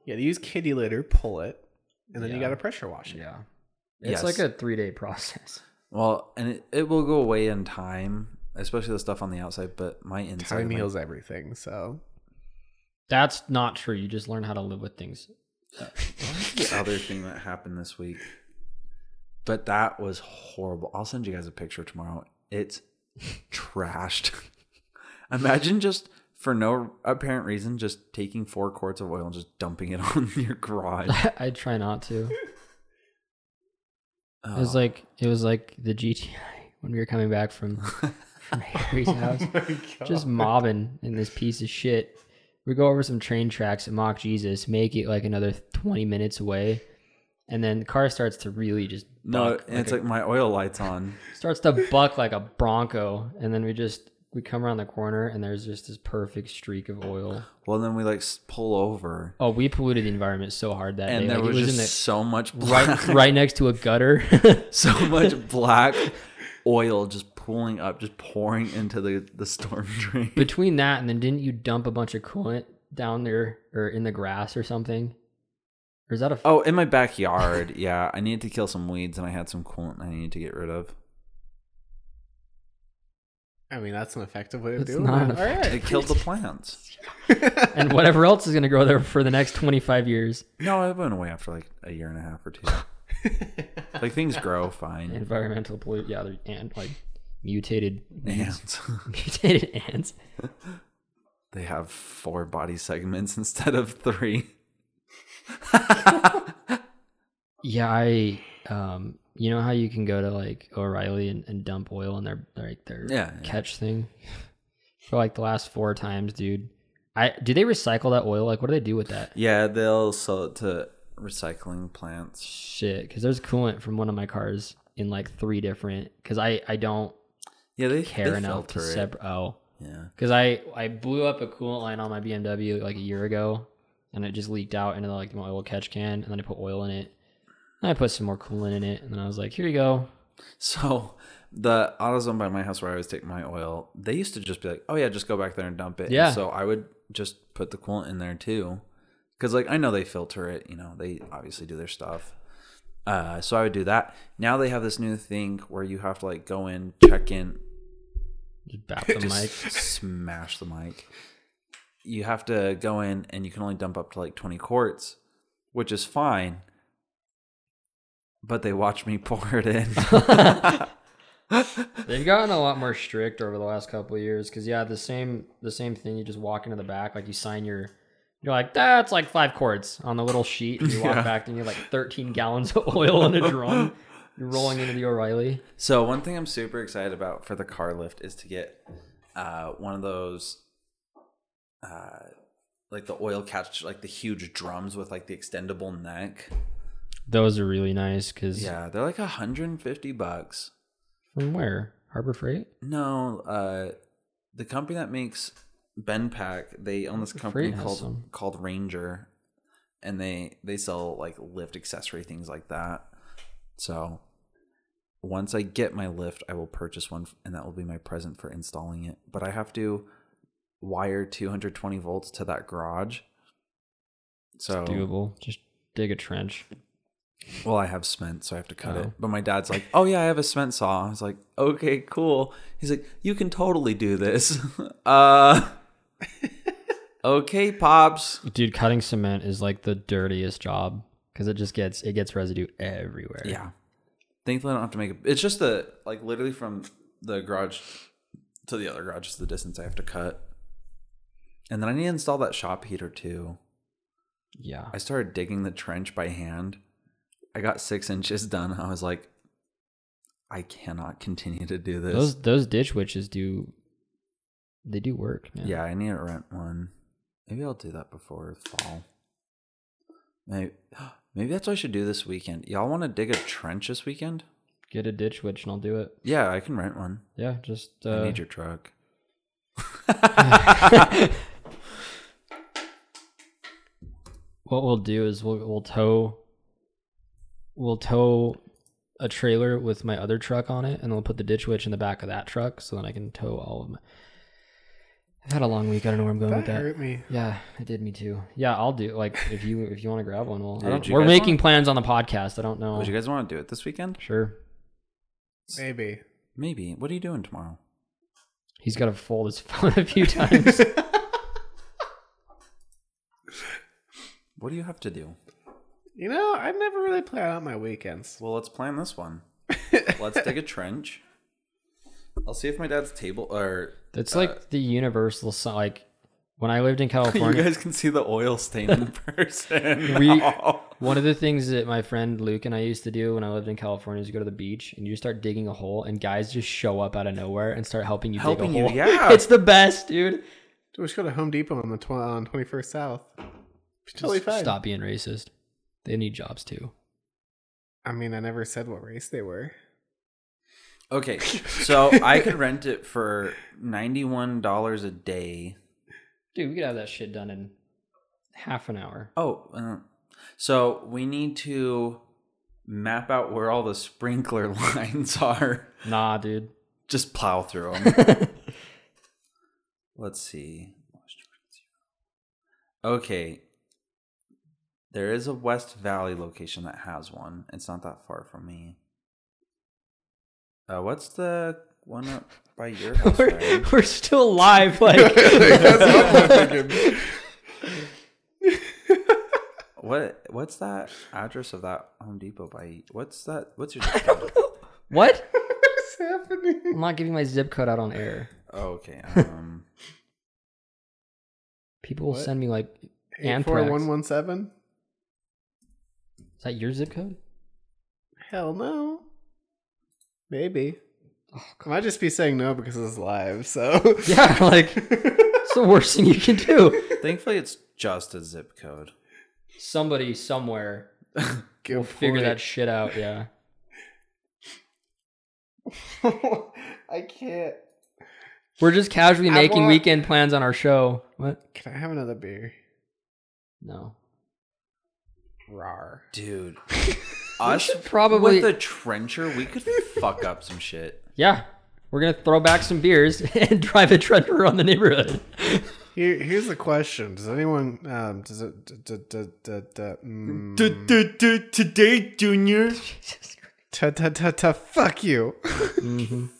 Speaker 1: Yeah, you use kitty litter, pull it, and then you
Speaker 2: Yeah.
Speaker 1: got to pressure wash it.
Speaker 2: yeah. It's
Speaker 3: Yes.
Speaker 2: like a three day process.
Speaker 3: Well, and it, it will go away in time, especially the stuff on the outside, but my inside.
Speaker 1: Time
Speaker 3: like-
Speaker 1: heals everything. So
Speaker 2: That's not true. You just learn how to live with things.
Speaker 3: the other thing that happened this week. But that was horrible. I'll send you guys a picture tomorrow. It's trashed. Imagine just for no apparent reason, just taking four quarts of oil and just dumping it on your garage.
Speaker 2: I try not to.
Speaker 3: Oh,
Speaker 2: It was like it was like the GTI when we were coming back from from Harry's
Speaker 1: Oh
Speaker 2: house,
Speaker 3: Oh.
Speaker 2: just mobbing in this piece of shit. We go over some train tracks at Mock Jesus, make it like another twenty minutes away, and then the car starts to really just
Speaker 3: no,
Speaker 2: buck,
Speaker 3: and it's
Speaker 2: a-
Speaker 3: like my oil lights on.
Speaker 2: starts to buck like a Bronco, and then we just we come around the corner and there's just this perfect streak of oil.
Speaker 3: Well, then we like s- pull over,
Speaker 2: Oh, we polluted the environment so hard that
Speaker 3: and
Speaker 2: day.
Speaker 3: there
Speaker 2: Like,
Speaker 3: was,
Speaker 2: it was
Speaker 3: just
Speaker 2: in the
Speaker 3: so much black.
Speaker 2: right right next to a gutter.
Speaker 3: so much black oil just pooling up, just pouring into the, the storm drain.
Speaker 2: between that and then didn't you dump a bunch of coolant down there or in the grass or something? Or is that a f-
Speaker 3: Oh, in my backyard, yeah. I needed to kill some weeds and I had some coolant I needed to get rid of.
Speaker 1: I mean, that's an effective way of
Speaker 2: It's
Speaker 1: doing
Speaker 2: not
Speaker 1: it.
Speaker 2: an
Speaker 1: All right.
Speaker 3: It killed the plants.
Speaker 2: and whatever else is going to grow there for the next 25 years?
Speaker 3: No, it went away after like a year and a half or two. Like things grow fine.
Speaker 2: Environmental pollute, yeah, they're ant like mutated weeds.
Speaker 3: Ants.
Speaker 2: mutated ants.
Speaker 3: They have four body segments instead of three.
Speaker 2: Yeah, I um you know how you can go to like O'Reilly and, and dump oil in their like their
Speaker 3: Yeah, yeah.
Speaker 2: catch thing for like the last four times, dude. I do they recycle that oil? Like what do they do with that?
Speaker 3: Yeah, they'll sell it to recycling plants.
Speaker 2: shit because there's coolant from one of my cars in like three different because i i don't
Speaker 3: Yeah, they
Speaker 2: care
Speaker 3: they
Speaker 2: enough to
Speaker 3: filter it.
Speaker 2: separate oh
Speaker 3: Yeah.
Speaker 2: because i i blew up a coolant line on my bmw like a year ago and it just leaked out into like my oil catch can and then i put oil in it and i put some more coolant in it and then i was like here you go
Speaker 3: So the AutoZone by my house where I always take my oil, they used to just be like, "Oh yeah, just go back there and dump it." And
Speaker 2: Yeah.
Speaker 3: so I would just put the coolant in there too, because like I know they filter it. You know, they obviously do their stuff. Uh, so I would do that. Now they have this new thing where you have to like go in, check in,
Speaker 2: just bap the mic
Speaker 3: smash the mic. You have to go in and you can only dump up to like 20 quarts, which is fine. But they watch me pour it in.
Speaker 2: They've gotten a lot more strict over the last couple of years because yeah, the same the same thing. You just walk into the back, like you sign your, you're like that's like five quarts on the little sheet. And you walk
Speaker 3: Yeah.
Speaker 2: back and you have like 13 gallons of oil in a drum. You're rolling into the O'Reilly.
Speaker 3: So one thing I'm super excited about for the car lift is to get uh, one of those, uh, like the oil catch, like the huge drums with like the extendable neck.
Speaker 2: Those are really nice because
Speaker 3: Yeah, they're like 150 bucks.
Speaker 2: from where Harbor Freight?
Speaker 3: No, uh, the company that makes Ben Pack, they own this
Speaker 2: Freight
Speaker 3: company
Speaker 2: has
Speaker 3: called
Speaker 2: some.
Speaker 3: called Ranger, and they they sell like lift accessory things like that. So Once I get my lift, I will purchase one, f- and that will be my present for installing it. But I have to wire 220 volts to that garage. So
Speaker 2: It's doable. Just dig a trench.
Speaker 3: well, I have cement, so I have to cut it.
Speaker 2: Oh.
Speaker 3: But my dad's like, "Oh yeah, I have a cement saw." I was like, "Okay, cool." He's like, "You can totally do this." uh, okay, pops.
Speaker 2: Dude, cutting cement is like the dirtiest job because it just gets it gets residue everywhere.
Speaker 3: Yeah. Thankfully, I don't have to make it. It's just the like literally from the garage to the other garage is the distance I have to cut, and then I need to install that shop heater too.
Speaker 2: yeah.
Speaker 3: I started digging the trench by hand. I got six inches done. I was like, I cannot continue to do this.
Speaker 2: Those those ditch witches do they do work. Man.
Speaker 3: Yeah, I need to rent one. Maybe I'll do that before fall. Maybe, maybe that's what I should do this weekend. Y'all want to dig a trench this weekend?
Speaker 2: Get a ditch witch and I'll do it.
Speaker 3: Yeah, I can rent one.
Speaker 2: Yeah, just uh,
Speaker 3: I need your truck.
Speaker 2: what we'll do is we'll we'll tow we'll tow a trailer with my other truck on it, and we'll put the ditch witch in the back of that truck, so then I can tow all of my. I've had a long week. I don't know where I'm going
Speaker 1: That
Speaker 2: with that.
Speaker 1: hurt me.
Speaker 2: Yeah, it did me too. Yeah, I'll do like if you if you want to grab one, well, I
Speaker 3: Dude,
Speaker 2: don't-
Speaker 3: you
Speaker 2: we're
Speaker 3: guys
Speaker 2: making
Speaker 3: want-
Speaker 2: plans on the podcast. I don't know.
Speaker 3: Would you guys want to do it this weekend?
Speaker 2: sure,
Speaker 1: Maybe.
Speaker 3: Maybe. What are you doing tomorrow?
Speaker 2: he's got to fold his phone a few times.
Speaker 3: What do you have to do?
Speaker 1: You know, I never really plan out my weekends.
Speaker 3: Well, let's plan this one. let's dig a trench. I'll see if my dad's table or
Speaker 2: It's like the universal si- like when I lived in
Speaker 3: you
Speaker 2: California.
Speaker 3: guys can see the oil stain in person.
Speaker 2: We-
Speaker 3: now.
Speaker 2: One of the things that my friend Luke and I used to do when I lived in California is go to the beach and you start digging a hole and guys just show up out of nowhere and start helping you
Speaker 3: helping
Speaker 2: dig a
Speaker 3: you.
Speaker 2: hole.
Speaker 3: Yeah,
Speaker 2: It's the best, dude.
Speaker 1: Dude, we should go to Home Depot on the tw- on 21st South. Be totally fine.
Speaker 2: Stop being racist. They need jobs too.
Speaker 1: I mean, I never said what race they were.
Speaker 3: Okay, so I could rent it for ninety-one dollars a day.
Speaker 2: Dude, we could have that shit done in half an hour.
Speaker 3: Oh, uh, so we need to map out where all the sprinkler lines are.
Speaker 2: Nah, dude.
Speaker 3: Just plow through them. Let's see. Okay, there is a West Valley location that has one. It's not that far from me. Uh, what's the one up by your house?
Speaker 2: we're,
Speaker 3: Ryan?
Speaker 2: we're still live. Like,
Speaker 3: What what's that address of that Home Depot by what's that what's your
Speaker 2: what?
Speaker 1: What's happening?
Speaker 2: I'm not giving my zip code out on air.
Speaker 3: oh, okay um
Speaker 2: People will
Speaker 1: What?
Speaker 2: send me like, Anthrax.
Speaker 1: 84117?
Speaker 2: is that your zip code?
Speaker 1: Hell no. Maybe. I might just be saying no because it's live, so.
Speaker 2: Oh, Yeah, like it's the worst thing you can do.
Speaker 3: thankfully it's just a zip code
Speaker 2: Somebody somewhere
Speaker 1: Good
Speaker 2: will figure that
Speaker 1: point.
Speaker 2: shit out. Yeah.
Speaker 1: I can't.
Speaker 2: We're just casually
Speaker 1: I
Speaker 2: making
Speaker 1: want-
Speaker 2: weekend plans on our show. What?
Speaker 1: Can I have another beer?
Speaker 2: No.
Speaker 1: Rar.
Speaker 3: dude us
Speaker 2: should probably-
Speaker 3: with a trencher we could fuck up some shit
Speaker 2: Yeah. We're gonna throw back some beers and drive a treadmill around the neighborhood.
Speaker 1: Here, here's the question: Does anyone? Um, does it? d- d- d- d- d- mm,
Speaker 3: today junior
Speaker 1: ta- ta- ta- ta- Fuck you.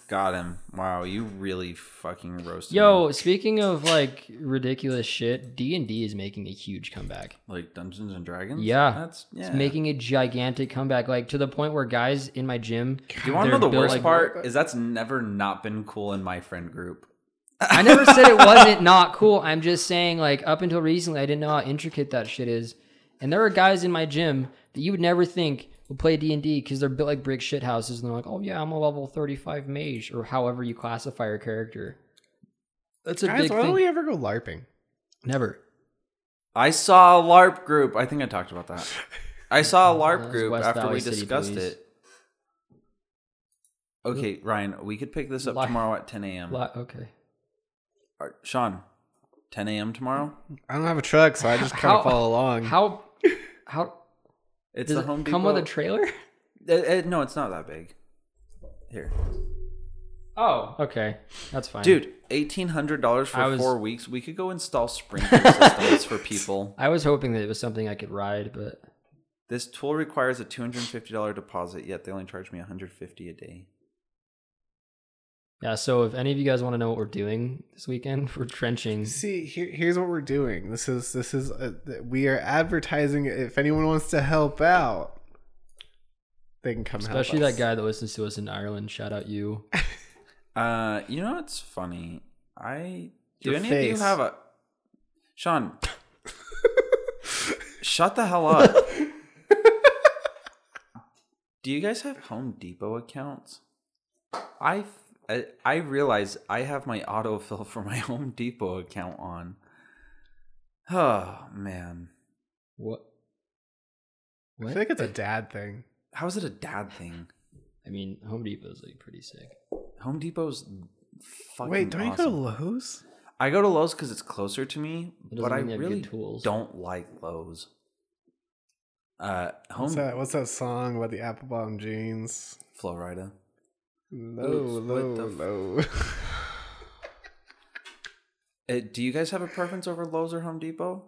Speaker 3: got him wow you really fucking roasted me.
Speaker 2: Yo, speaking of like ridiculous shit, D and D is making a huge comeback.
Speaker 3: like Dungeons and Dragons
Speaker 2: Yeah.
Speaker 3: that's yeah
Speaker 2: It's making a gigantic comeback, like to the point where guys in my gym.
Speaker 3: do you want to know
Speaker 2: they're
Speaker 3: the
Speaker 2: built
Speaker 3: worst
Speaker 2: like-
Speaker 3: part is that's never not been cool in my friend group
Speaker 2: I never said it wasn't not cool. I'm just saying, like, up until recently, I didn't know how intricate that shit is. And there are guys in my gym that you would never think would play D and D because they're built like brick shit houses, and they're like, "Oh yeah, I'm a level 35 mage," or however you classify your character. That's a
Speaker 1: Guys,
Speaker 2: big
Speaker 1: why don't
Speaker 2: thing.
Speaker 1: we ever go LARPing?
Speaker 2: never.
Speaker 3: I saw a LARP group. I think I talked about that. I saw a
Speaker 2: That
Speaker 3: LARP
Speaker 2: was
Speaker 3: group
Speaker 2: West
Speaker 3: after
Speaker 2: Valley
Speaker 3: we
Speaker 2: City
Speaker 3: discussed
Speaker 2: Police.
Speaker 3: it. Okay, Ryan, we could pick this up
Speaker 2: Lar-
Speaker 3: tomorrow at 10 a.m.
Speaker 2: Li- okay.
Speaker 3: Or- Sean, 10 a.m. tomorrow?
Speaker 1: I don't have a truck, so I just kind
Speaker 2: How-
Speaker 1: of follow along.
Speaker 2: How? How
Speaker 3: It's
Speaker 2: does
Speaker 3: the
Speaker 2: it
Speaker 3: Home
Speaker 2: come
Speaker 3: Depot.
Speaker 2: with a trailer?
Speaker 3: Uh, Eh, eh, no, it's not that big. Here,
Speaker 2: Oh, okay, that's fine,
Speaker 3: dude, eighteen hundred dollars for
Speaker 2: I was-
Speaker 3: four weeks. We could go install sprinkler systems for people.
Speaker 2: I was hoping that it was something I could ride, but
Speaker 3: This tool requires a two hundred and fifty dollar deposit, yet they only charge me one hundred fifty a day.
Speaker 2: yeah. So if any of you guys want to know what we're doing this weekend, we're trenching.
Speaker 1: See, here, here's what we're doing. This is this is uh th- we are advertising. it. If anyone wants to help out, they can come.
Speaker 2: Especially
Speaker 1: help
Speaker 2: that
Speaker 1: us.
Speaker 2: guy that listens to us in Ireland. Shout out you.
Speaker 3: Uh, you know what's funny? I do
Speaker 1: Your
Speaker 3: any of
Speaker 1: face.
Speaker 3: you have a Sean? shut the hell up. do you guys have Home Depot accounts? I I, I realize I have my autofill for my Home Depot account on. Oh man,
Speaker 2: What?
Speaker 1: I feel like it's a dad thing.
Speaker 3: how is it a dad thing?
Speaker 2: I mean, Home Depot's like pretty sick.
Speaker 3: Home Depot's fucking.
Speaker 1: Wait, don't
Speaker 3: awesome.
Speaker 1: you go to Lowe's?
Speaker 3: I go to Lowe's because it's closer to me,
Speaker 2: It doesn't
Speaker 3: but I
Speaker 2: mean they have good
Speaker 3: really
Speaker 2: tools.
Speaker 3: don't like Lowe's. Uh, home
Speaker 1: What's that, what's that song about the apple bottom jeans?
Speaker 3: Florida.
Speaker 1: Low,
Speaker 3: Oops, what
Speaker 1: low,
Speaker 3: the f-
Speaker 1: low.
Speaker 3: Uh, do you guys have a preference over Lowe's or Home Depot?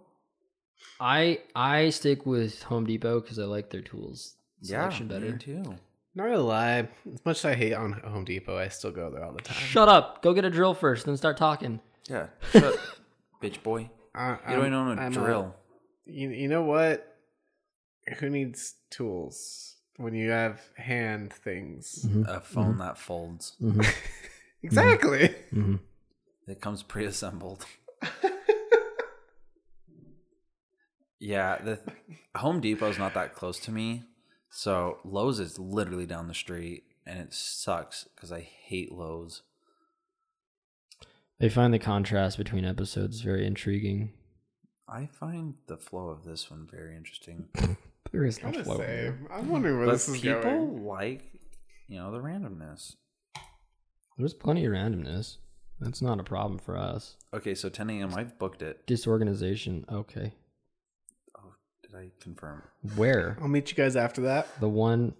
Speaker 2: I I stick with Home Depot because I like their tools selection
Speaker 3: me
Speaker 2: better.
Speaker 3: too.
Speaker 1: Not gonna lie, as much as I hate on Home Depot, I still go there all the time.
Speaker 2: Shut up. Go get a drill first, then start talking.
Speaker 3: Yeah, shut, bitch boy.
Speaker 1: I,
Speaker 3: You don't even own a
Speaker 1: I'm
Speaker 3: drill.
Speaker 1: you, you know what? Who needs tools when you have hand things?
Speaker 2: Mm-hmm.
Speaker 3: A phone that folds.
Speaker 1: Exactly.
Speaker 3: Mm-hmm.
Speaker 2: Mm-hmm.
Speaker 3: It comes pre-assembled. yeah, the Home Depot's not that close to me, so Lowe's is literally down the street, and it sucks because I hate Lowe's.
Speaker 2: They find the contrast between episodes very intriguing.
Speaker 3: I find the flow of this one very interesting.
Speaker 2: There is no
Speaker 1: Kinda
Speaker 2: flow. here.
Speaker 1: same. I'm wondering where
Speaker 3: but
Speaker 1: this is
Speaker 3: people
Speaker 1: going.
Speaker 3: like, you know, the randomness.
Speaker 2: There's plenty of randomness. That's not a problem for us.
Speaker 3: Okay, so 10 a.m. I've booked it.
Speaker 2: Disorganization. Okay.
Speaker 3: Did I confirm?
Speaker 2: Where?
Speaker 1: I'll meet you guys after that.
Speaker 2: The one.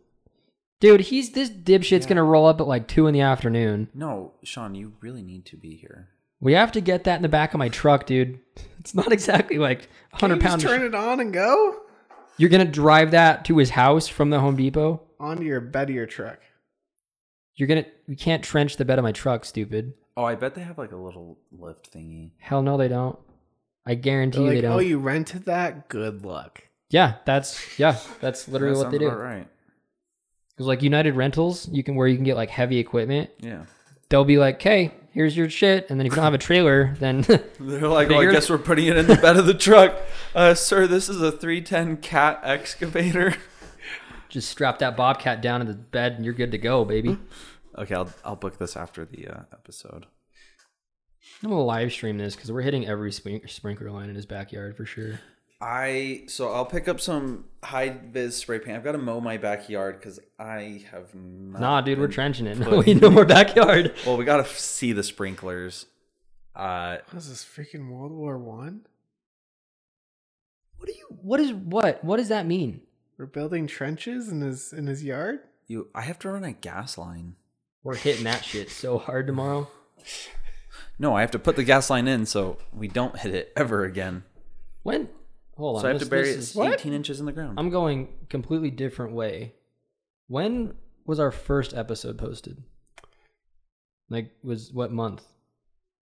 Speaker 2: Dude, he's this dipshit's
Speaker 3: Yeah.
Speaker 2: gonna roll up at like two in the afternoon.
Speaker 3: No, Sean, you really need to be here.
Speaker 2: We have to get that in the back of my truck, dude. It's not exactly like
Speaker 1: Can you
Speaker 2: hundred
Speaker 1: just
Speaker 2: pounds.
Speaker 1: turn it on and go
Speaker 2: You're gonna drive that to his house from the Home Depot.
Speaker 1: onto your bed of your truck.
Speaker 2: You're gonna. You can't trench the bed of my truck, stupid.
Speaker 3: Oh, I bet they have like a little lift thingy.
Speaker 2: Hell no, they don't. I guarantee
Speaker 1: They're
Speaker 2: you
Speaker 1: like,
Speaker 2: they don't.
Speaker 1: oh, you rented that? Good luck.
Speaker 2: yeah, that's yeah, that's literally what
Speaker 3: That
Speaker 2: they
Speaker 3: sounds
Speaker 2: do.
Speaker 3: about right.
Speaker 2: Because like United Rentals, you can where you can get like heavy equipment.
Speaker 3: Yeah.
Speaker 2: They'll be like, "Hey, here's your shit," and then if you don't have a trailer, then
Speaker 3: They're like, well, I
Speaker 2: Figured-
Speaker 3: guess we're putting it in the bed of the truck. Uh, sir, this is a 310 cat excavator.
Speaker 2: just strap that Bobcat down in the bed and you're good to go, baby.
Speaker 3: Okay, I'll, I'll book this after the uh, episode.
Speaker 2: I'm gonna live stream this because we're hitting every sprink- sprinkler line in his backyard for sure.
Speaker 3: I so I'll pick up some high vis spray paint. I've got to mow my backyard because I have not.
Speaker 2: Nah, dude, we're
Speaker 3: been-
Speaker 2: trenching it. we no more backyard.
Speaker 3: Well, we gotta see the sprinklers. Uh,
Speaker 1: What is this freaking World War One?
Speaker 2: What do you? What is what? What does that mean?
Speaker 1: We're building trenches in his in his yard.
Speaker 3: you, I have to run a gas line.
Speaker 2: We're hitting that shit so hard tomorrow.
Speaker 3: No, I have to put the gas line in so we don't hit it ever again.
Speaker 2: When? Hold on.
Speaker 3: so I have
Speaker 2: this-
Speaker 3: to bury
Speaker 2: this
Speaker 3: it
Speaker 2: is-
Speaker 3: 18 inches in the ground.
Speaker 2: I'm going completely different way. When was our first episode posted? Like, was what month?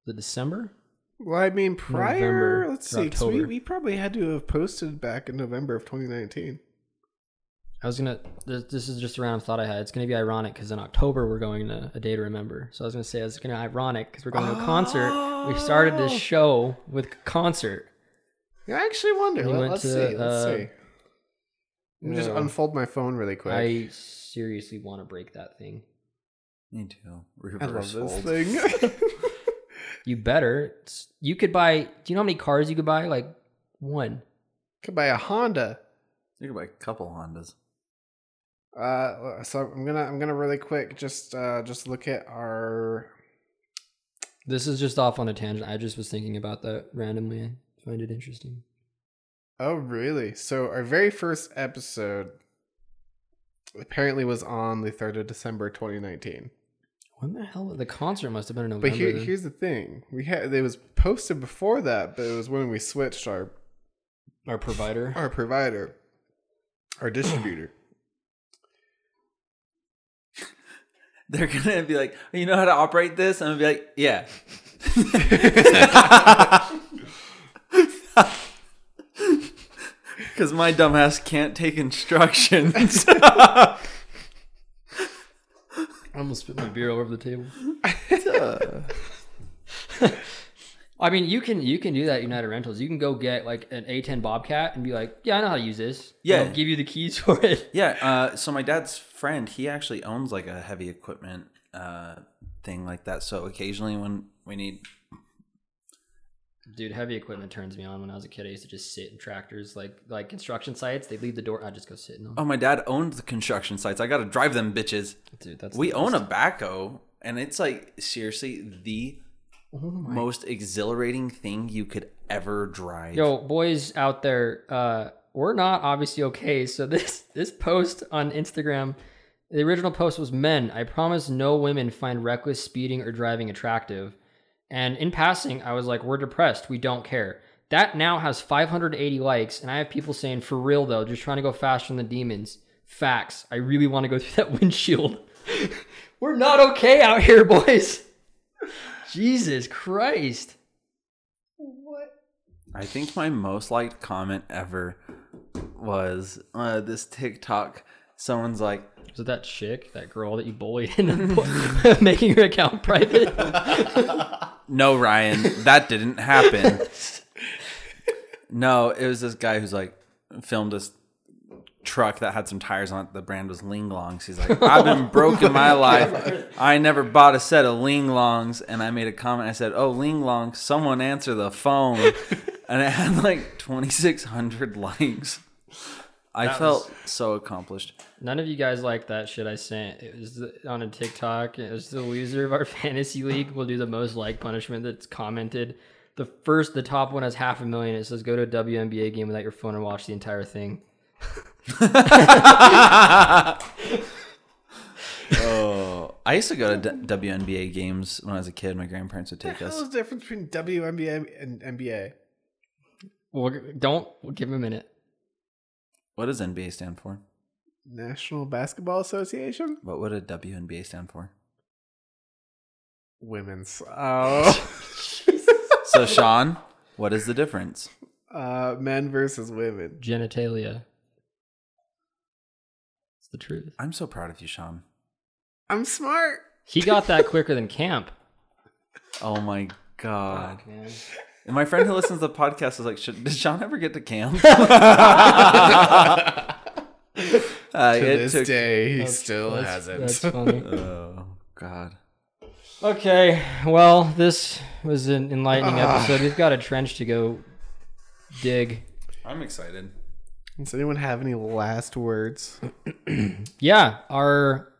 Speaker 2: The December?
Speaker 1: Well, I mean, prior.
Speaker 2: November
Speaker 1: let's
Speaker 2: through
Speaker 1: see, 'cause we,
Speaker 2: October.
Speaker 1: we probably had to have posted back in November of 2019.
Speaker 2: I was gonna. This, this is just a random thought I had. It's gonna be ironic because in October we're going to a day to remember. So I was gonna say it's gonna be ironic because we're going to a concert. We started this
Speaker 1: Oh.
Speaker 2: show with a concert.
Speaker 1: I actually wonder.
Speaker 2: You went
Speaker 1: Let, us
Speaker 2: to,
Speaker 1: see. Let's
Speaker 2: uh,
Speaker 1: see. Let me just
Speaker 2: no.
Speaker 1: unfold my phone really quick.
Speaker 2: I seriously want to break that thing.
Speaker 3: Me too.
Speaker 1: I
Speaker 3: Reverse
Speaker 1: love this
Speaker 3: fold.
Speaker 1: thing.
Speaker 2: You better. It's- You could buy. Do you know how many cars you could buy? Like one.
Speaker 1: Could buy a Honda.
Speaker 3: You can buy a couple Hondas.
Speaker 1: Uh, so I'm gonna I'm gonna really quick just uh just look at our
Speaker 2: This is just off on a tangent. I just was thinking about that randomly. I find it interesting.
Speaker 1: oh really so our very first episode apparently was on the 3rd of December 2019.
Speaker 2: When the hell the concert must have been in November?
Speaker 1: But here,
Speaker 2: then.
Speaker 1: here's the thing. We had it was posted before that, but it was when we switched our
Speaker 2: our provider.
Speaker 1: our provider, our distributor.
Speaker 3: They're gonna be like, you know how to operate this? And I'm gonna be like, yeah. Because my dumbass can't take instructions.
Speaker 2: I almost spit my beer all over the table. I mean, you can you can do that at United Rentals. You can go get like an A10 Bobcat and be like, "Yeah, I know how to use this." And
Speaker 3: Yeah.
Speaker 2: they'll give you the keys for it.
Speaker 3: yeah. Uh, so my dad's friend, he actually owns like a heavy equipment uh, thing like that. So occasionally when we need,
Speaker 2: Dude, heavy equipment turns me on. When I was a kid, I used to just sit in tractors, like like construction sites. They leave the door, I just go sit in them.
Speaker 3: oh, my dad owns the construction sites. I gotta drive them bitches.
Speaker 2: Dude, that's
Speaker 3: we
Speaker 2: the
Speaker 3: own a
Speaker 2: best.
Speaker 3: backhoe, and it's like seriously the
Speaker 2: Oh my
Speaker 3: most exhilarating thing you could ever drive.
Speaker 2: Yo, boys out there, uh, we're not obviously okay. So this this post on Instagram, the original post was men. I promise no women find reckless speeding or driving attractive. And in passing, I was like, we're depressed. We don't care. That now has 580 likes, and I have people saying, for real though, just trying to go faster than the demons. Facts. I really want to go through that windshield. we're not okay out here, boys. Jesus Christ.
Speaker 3: I think my most liked comment ever was uh, this TikTok. Someone's like,
Speaker 2: Was it that chick, that girl that you bullied into making her account private?
Speaker 3: "No, Ryan, that didn't happen." no, it was this guy who's like filmed this truck that had some tires on it. The brand was Ling Longs. He's like, "I've been broke in my life. I never bought a set of Ling Longs." And I made a comment. I said, "Oh, Ling Longs, someone answer the phone." and it had like 2,600 likes. I felt so accomplished.
Speaker 2: None of you guys like that shit I sent. It was the, on a TikTok. It was the loser of our fantasy league will do the most like punishment that's commented. The first, the top one has half a million. It says go to a WNBA game without your phone and watch the entire thing.
Speaker 3: Oh, I used to go to D- WNBA games when I was a kid. My grandparents would take
Speaker 1: What
Speaker 3: us.
Speaker 1: the difference between WNBA and NBA?
Speaker 2: Well, don't we'll give him a minute.
Speaker 3: What does NBA stand for?
Speaker 1: National Basketball Association?
Speaker 3: What would a WNBA stand for?
Speaker 1: Women's. Oh.
Speaker 3: So, Sean, what is the difference?
Speaker 1: uh, men versus women.
Speaker 2: Genitalia. It's the truth.
Speaker 3: I'm so proud of you, Sean.
Speaker 1: I'm smart.
Speaker 2: He got that quicker than camp.
Speaker 3: Oh my god!
Speaker 2: man.
Speaker 3: And my friend who listens to the podcast is like, "Should- "Did Sean ever get to camp?" Uh,
Speaker 1: To
Speaker 3: it
Speaker 1: this
Speaker 3: took-
Speaker 1: day, he still
Speaker 2: That's-
Speaker 1: hasn't.
Speaker 2: That's funny.
Speaker 3: Oh god!
Speaker 2: Okay, well, this was an enlightening
Speaker 3: Ah.
Speaker 2: episode. We've got a trench to go dig.
Speaker 3: I'm excited.
Speaker 1: Does anyone have any last words?
Speaker 2: Yeah, our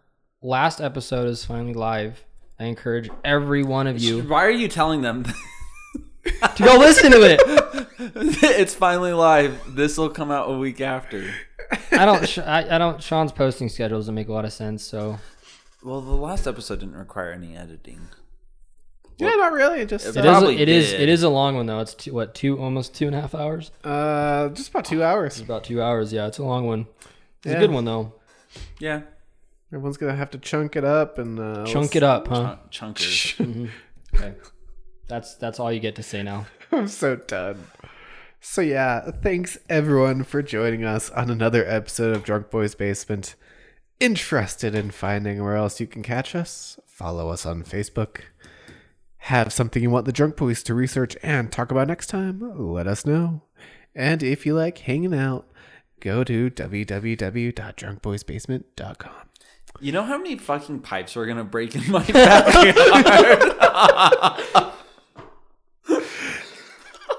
Speaker 2: last episode is finally live. I encourage every one of you
Speaker 3: Why are you telling them?
Speaker 2: to go listen to it.
Speaker 3: it's finally live. This will come out a week after.
Speaker 2: I don't. Sh- I, I don't. Sean's posting schedule doesn't make a lot of sense. So
Speaker 3: Well, the last episode didn't require any editing.
Speaker 1: yeah, not really. Just
Speaker 2: it
Speaker 1: uh,
Speaker 2: is.
Speaker 3: Probably
Speaker 2: It is.
Speaker 3: did.
Speaker 2: It is a long one though. It's two, what two almost two and a half hours.
Speaker 1: uh, just about two hours.
Speaker 2: It's about two hours. Yeah, it's a long one. It's
Speaker 1: Yeah.
Speaker 2: a good one though.
Speaker 3: Yeah,
Speaker 1: Everyone's gonna have to chunk it up and uh,
Speaker 2: Chunk it up, huh?
Speaker 3: Chunk- chunkers.
Speaker 2: Okay. That's that's all you get to say now.
Speaker 1: I'm so done. So yeah, thanks everyone for joining us on another episode of Drunk Boys Basement. Interested in finding where else you can catch us? Follow us on Facebook. Have something you want the Drunk Boys to research and talk about next time? Let us know. And if you like hanging out, go to www.drunkboysbasement.com.
Speaker 3: You know how many fucking pipes we're gonna break in my backyard?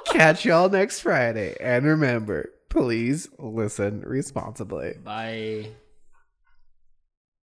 Speaker 1: Catch y'all next Friday. And remember, please listen responsibly.
Speaker 2: Bye.